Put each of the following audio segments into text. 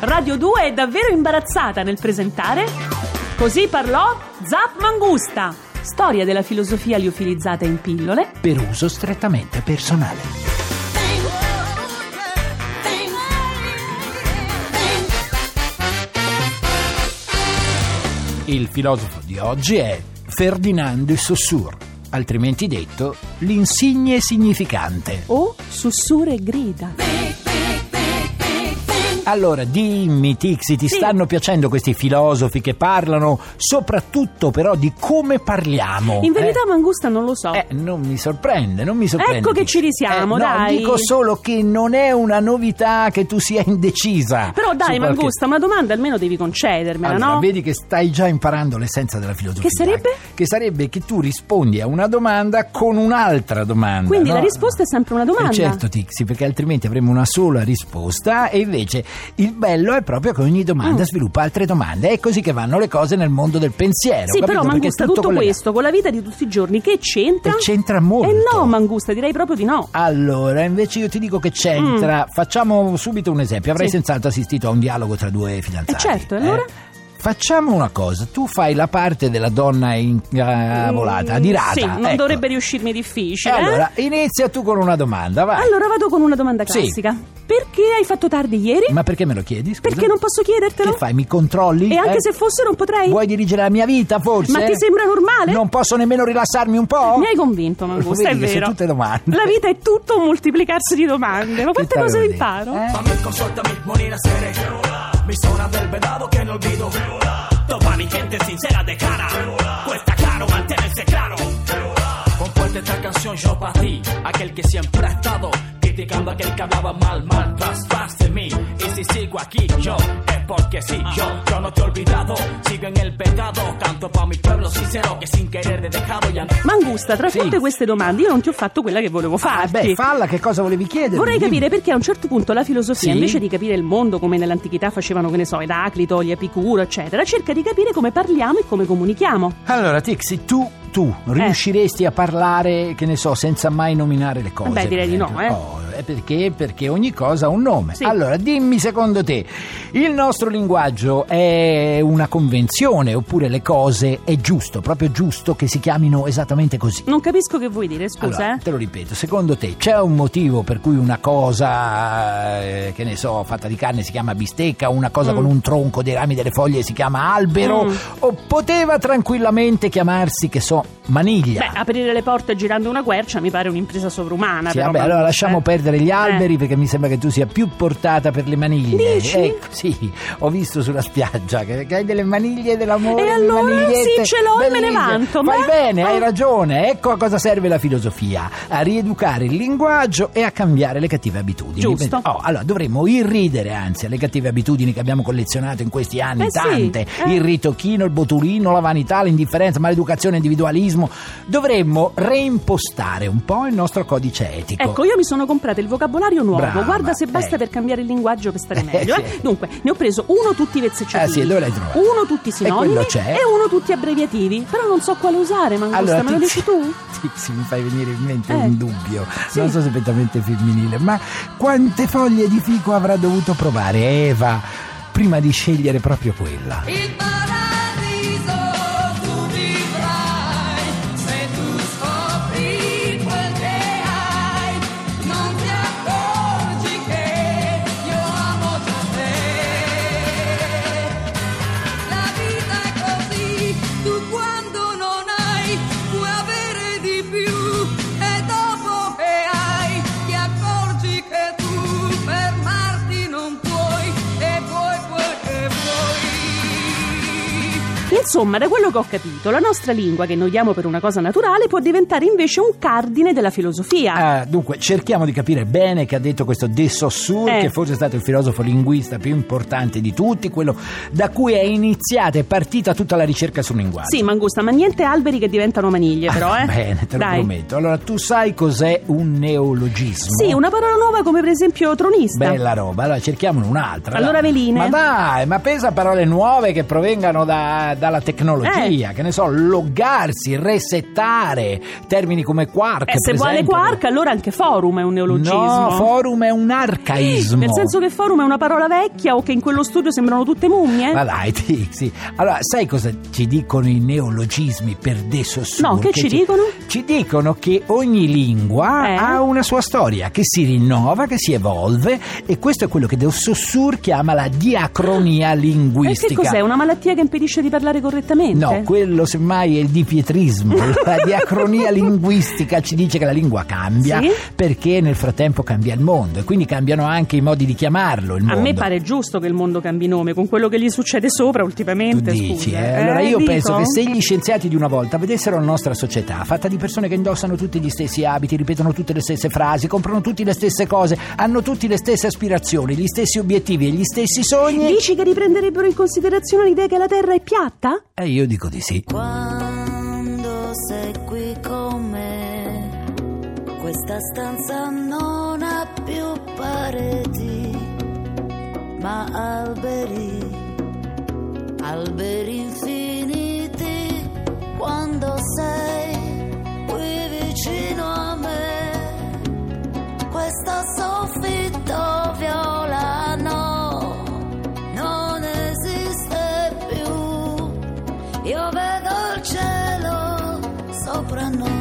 Radio 2 è davvero imbarazzata nel presentare. Così parlò Zap Mangusta, storia della filosofia liofilizzata in pillole. per uso strettamente personale. Il filosofo di oggi è Ferdinand de Saussure, altrimenti detto l'insigne significante. O sussurre e grida. Allora, dimmi Tixi, ti Sì. stanno piacendo questi filosofi che parlano soprattutto però di come parliamo? In verità eh? Mangusta non lo so. Eh, non mi sorprende, non mi sorprende. Ecco che ci risiamo, Eh, dai. No, dico solo che non è una novità che tu sia indecisa. Però dai su qualche- Mangusta, una domanda almeno devi concedermela, Allora, no? vedi che stai già imparando l'essenza della filosofia. Che sarebbe? Che sarebbe che tu rispondi a una domanda con un'altra domanda. Quindi no? la risposta è sempre una domanda. Eh, certo, Tixi, perché altrimenti avremmo una sola risposta e invece il bello è proprio che ogni domanda Mm. sviluppa altre domande. È così che vanno le cose nel mondo del pensiero. Sì, però eh, capito? Perché è Mangusta, tutto, collegato. questo con la vita di tutti i giorni, che c'entra? E c'entra molto. Eh no, Mangusta, direi proprio di no. Allora, invece io ti dico che c'entra. Facciamo subito un esempio. Avrai Mm. Sì. senz'altro assistito a un dialogo tra due fidanzati. Eh, certo, e allora? Facciamo una cosa, tu fai la parte della donna incavolata, Mm, adirata. Sì, non ecco. dovrebbe riuscirmi E difficile. eh? allora, inizia tu con una domanda, vai. Allora vado con una domanda Sì. classica. Perché hai fatto tardi ieri? Ma perché me lo chiedi? scusa? Perché non posso chiedertelo? Che fai, mi controlli? E anche Eh? se fosse non potrei? Vuoi dirigere la mia vita, forse? Ma ti sembra normale? Non posso nemmeno rilassarmi un po'? Mi hai convinto, Mangusta, è Vedi che sono vero. tutte domande. La vita è tutto un moltiplicarsi di domande. Ma quante Che cose tardi. imparo? Eh? Fammi consultami, morir seré. Mi zona del vedado que no olvido. Toma mi gente sincera de cara. Cuesta caro mantenerse claro. Comparte esta canción yo para ti, aquel que siempre ha estado criticando a aquel que hablaba mal, mal, tras, tras de mí. Y si sigo aquí yo, es porque sí, yo, yo no te he olvidado, sigo en el pecado, canto para mi pueblo sincero que sin querer te he dejado ya. Mangusta, tra Sì. tutte queste domande io non ti ho fatto quella che volevo Ah, farti. beh, falla, che cosa volevi chiedere? Vorrei capire perché a un certo punto la filosofia, Sì. invece di capire il mondo come nell'antichità facevano, che ne so, Eraclito, gli Epicuro, eccetera, cerca di capire come parliamo e come comunichiamo. Allora, Tixi, tu, tu riusciresti a parlare, che ne so, senza mai nominare le cose? Beh, direi per di no, esempio? eh. Oh, eh, perché? Perché ogni cosa ha un nome. Sì. Allora, dimmi secondo te, il nostro linguaggio è una convenzione oppure le cose è giusto, proprio giusto che si chiamino esattamente così? Non capisco che vuoi dire, scusa, Allora, eh. te lo ripeto, secondo te c'è un motivo per cui una cosa, eh, che ne so, fatta di carne si chiama bistecca, una cosa Mm. con un tronco, dei rami, delle foglie si chiama albero, Mm. o poteva tranquillamente chiamarsi, che so, maniglia? Beh, aprire le porte girando una quercia mi pare un'impresa sovrumana. Sì, però, vabbè, allora Mangusta, lasciamo eh. perdere gli Eh. alberi perché mi sembra che tu sia più portata per le maniglie. Dici? Ecco, sì, ho visto sulla spiaggia che, che hai delle maniglie dell'amore. E delle allora? Sì, manigliette ce l'ho e me ne bellissime. vanto, Fai ma- bene, hai Oh. ragione. Ecco a cosa serve la filosofia: a rieducare il linguaggio e a cambiare le cattive abitudini. Giusto. Oh, allora dovremmo irridere anzi alle cattive abitudini che abbiamo collezionato in questi anni, Eh sì, tante: eh. il ritocchino, il botulino, la vanità, l'indifferenza, maleducazione, individualismo. Dovremmo reimpostare un po' il nostro codice etico. Ecco, io mi sono comprata il vocabolario nuovo. Brava, Guarda se basta eh. per cambiare il linguaggio per stare meglio. sì. eh. Dunque, ne ho preso uno tutti vezzeggiativi. Ah, sì, e dove l'hai trovato? Uno tutti E sinonimi quello c'è? e uno tutti abbreviativi. Però non so quale usare, Mangusta, me lo Tizi- dici tu? Tizi, mi fai venire in mente Eh, un dubbio, sì. non so se è prettamente femminile, ma quante foglie di fico avrà dovuto provare Eva prima di scegliere proprio quella? Eh. Il paradiso tu vivrai se tu scopri quel che hai. Non ti accorgi che io amo già te. La vita è così, tu quando non hai puoi avere di più. E dopo che hai ti accorgi che tu fermarti non puoi e vuoi quel che vuoi. Insomma, da quello che ho capito, la nostra lingua che noiamo per una cosa naturale può diventare invece un cardine della filosofia. Ah, dunque, cerchiamo di capire bene che ha detto questo De Saussure, Eh. che forse è stato il filosofo linguista più importante di tutti, quello da cui è iniziata e partita tutta la ricerca sul linguaggio. Sì, Mangusta, ma niente alberi che diventano maniglie, però, eh. Ah, Bene, te lo Dai. prometto. Allora, tu sai cos'è un neologismo? Sì, una parola nuova come per esempio tronista. Bella roba, allora cerchiamone un'altra. Allora, dai. veline. Ma dai, ma pensa a parole nuove che provengano da- dalla Eh. tecnologia, che ne so, loggarsi, resettare, termini come quark. Eh, se per vuole esempio. quark, allora anche forum è un neologismo. No, forum è un arcaismo. Nel senso che forum è una parola vecchia o che in quello studio sembrano tutte mummie? Ma dai, Tixi. Allora, sai cosa ci dicono i neologismi per De Saussure? No, che ci dicono? Ci dicono che ogni lingua Eh? ha una sua storia, che si rinnova, che si evolve e questo è quello che De Saussure chiama la diacronia e Eh, che linguistica. cos'è? Una malattia che impedisce di parlare correttamente? No, quello semmai è il dipietrismo. La diacronia linguistica ci dice che la lingua cambia Sì? perché nel frattempo cambia il mondo e quindi cambiano anche i modi di chiamarlo. Il A mondo. me pare giusto che il mondo cambi nome, con quello che gli succede sopra Tu ultimamente. dici, scusa. eh? Allora io dico? penso che se gli scienziati di una volta vedessero la nostra società fatta di persone che indossano tutti gli stessi abiti, ripetono tutte le stesse frasi, comprano tutte le stesse cose, hanno tutte le stesse aspirazioni, gli stessi obiettivi e gli stessi sogni, Dici che riprenderebbero in considerazione l'idea che la Terra è piatta? eh, io dico di sì. Quando sei qui con me, questa stanza non ha più pareti, ma alberi, alberi infiniti. Quando sei qui vicino a me, questo soffitto viola no, non esiste più. Io vedo il cielo sopra noi.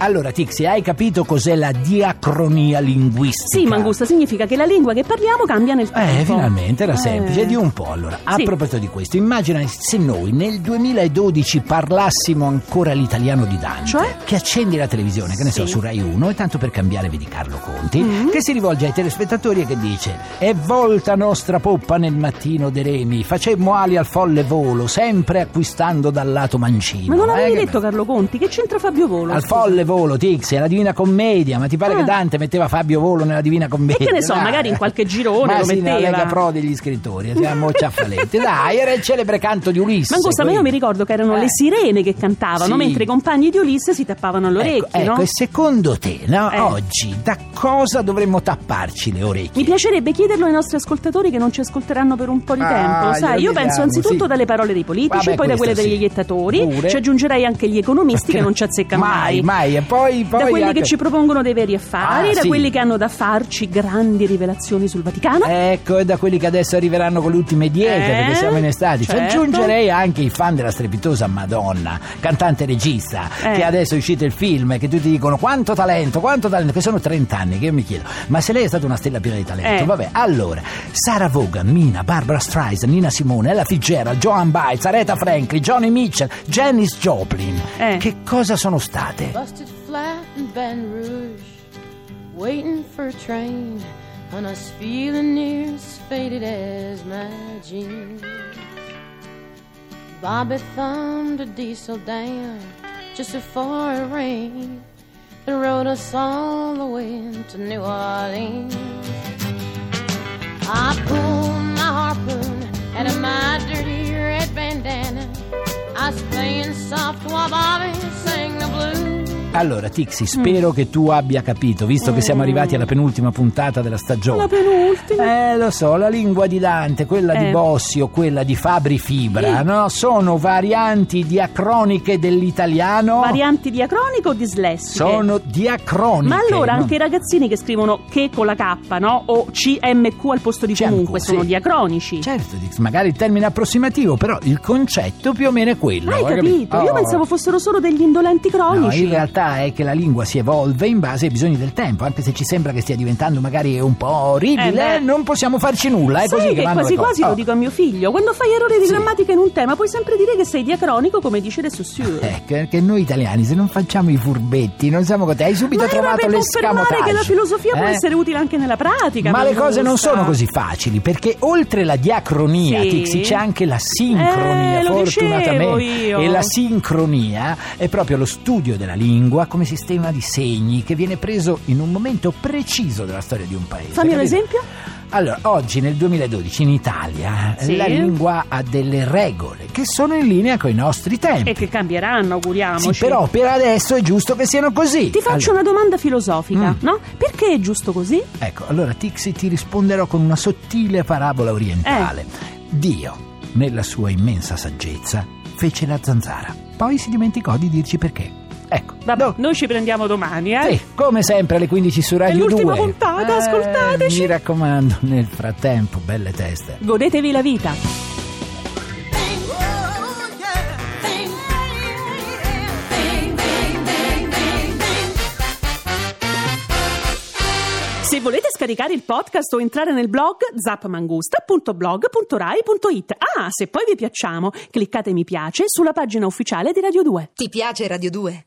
Allora Tixi, hai capito cos'è la diacronia linguistica? Sì, Mangusta, significa che la lingua che parliamo cambia nel tempo. Eh, finalmente era Eh. semplice, di un po' allora. A Sì. proposito di questo, immagina se noi nel 2012 parlassimo ancora l'italiano di Dante, Cioè? che accendi la televisione, che ne Sì. so, Mm. su Rai 1 e tanto per cambiare vedi Carlo Conti, che si rivolge ai telespettatori e che dice "E volta nostra poppa nel mattino de remi, facemmo ali al folle volo, sempre acquistando dal lato mancino". Ma non Eh, avevi che detto, Carlo Conti, che c'entra Fabio Volo? al scusa? folle volo, Tixi, alla Divina Commedia, ma ti pare Ah. che Dante metteva Fabio Volo nella Divina Commedia? E che ne so, Dai. magari in qualche girone ma lo sì, nella metteva. Lega Pro degli scrittori, siamo ciaffaletti. Dai, era il celebre canto di Ulisse. Mangusta, ma io mi quindi. ricordo che erano Eh. le sirene che cantavano, Sì. mentre i compagni di Ulisse si tappavano le Ecco, orecchie, ecco, no? e secondo te, no, Eh. oggi da cosa dovremmo tapparci le orecchie? Mi piacerebbe chiederlo ai nostri ascoltatori che non ci ascolteranno per un po' di Ah, tempo. glielo Sai, io chiediamo, penso anzitutto sì. dalle parole dei politici, Vabbè, poi da quelle questo degli sì. iettatori, Pure. ci aggiungerei anche gli economisti che Perché non ci azzeccano mai. mai, mai, e poi- da poi quelli anche- che ci propongono dei veri affari, Ah, da sì. quelli che hanno da farci grandi rivelazioni sul Vaticano. Ecco, e da quelli che adesso arriveranno con le ultime diete, Eh, perché siamo in estate. Ci certo. aggiungerei anche i fan della strepitosa Madonna, cantante e regista, Eh. che adesso è uscito il film e che tutti dicono quanto talento, quanto talento, che sono 30 anni, che io mi chiedo, ma se lei è stata una stella piena di talento, Eh. vabbè, allora, Sara Vaughan, Mina, Barbara Streisand, Nina Simone, Ella Fitzgerald, Joan Baez, Aretha Franklin, Johnny Mitchell, Janis Joplin, Eh. che cosa sono state? Busted flat in Baton Rouge, waiting for a train, and I was feeling near as faded as my jeans. Bobby thumbed a diesel down just before it rained, and rode us all the way to New Orleans. I pulled my harpoon out of my dirty red bandana. I was playing soft while Bobby sang the blues. Allora, Mm. Tixi, spero che tu abbia capito, visto che siamo arrivati alla penultima puntata della stagione. La penultima. Eh, lo so, la lingua di Dante, quella Eh. di Bossi o quella di Fabri Fibra, no? Sono varianti diacroniche dell'italiano. Varianti diacroniche o dislessiche? sono diacroniche. Ma allora no? anche i ragazzini che scrivono che con la K, no? O CMQ al posto di CMQ, comunque sono sì. diacronici. Certo, Tix, magari il termine approssimativo, però il concetto più o meno è quello. Hai hai capito? Io Oh. pensavo fossero solo degli indolenti No, cronici. in realtà realtà è che la lingua si evolve in base ai bisogni del tempo, anche se ci sembra che stia diventando magari un po' orribile, Eh beh. non possiamo farci nulla, è Sai così che che vanno quasi le cose. quasi lo Oh, dico a mio figlio. Quando fai errori di grammatica in un tema, puoi sempre dire che sei diacronico, come dice De Saussure. eh, che- che noi italiani se non facciamo i furbetti non siamo contenti hai subito Ma era trovato per confermare l'escamotage che la filosofia può eh? essere utile anche nella pratica. Ma le Mangusta. cose non sono così facili perché oltre la diacronia, Sì. Tixi, c'è anche la sincronia, Eh, lo fortunatamente. dicevo io. E la sincronia è proprio lo studio della lingua come sistema di segni che viene preso in un momento preciso della storia di un paese. Fammi un capito? esempio. Allora, oggi nel 2012 in Italia Sì. la lingua ha delle regole che sono in linea con i nostri tempi. E che cambieranno, auguriamoci. Sì, però per adesso è giusto che siano così. Ti faccio una domanda Mm. filosofica, no? Perché è giusto così? Ecco, allora Tixi ti risponderò con una sottile parabola orientale. Eh. Dio, nella sua immensa saggezza, fece la zanzara. Poi si dimenticò di dirci perché. Ecco. Vabbè, no- noi ci prendiamo domani, eh? Sì, come sempre alle 15 su Radio 2. l'ultima puntata, Eh, ascoltateci. Mi raccomando, nel frattempo, belle teste. Godetevi la vita. Se volete scaricare il podcast o entrare nel blog zapmangusta.blog.rai.it. Ah, se poi vi piacciamo, cliccate mi piace sulla pagina ufficiale di Radio 2. Ti piace Radio 2?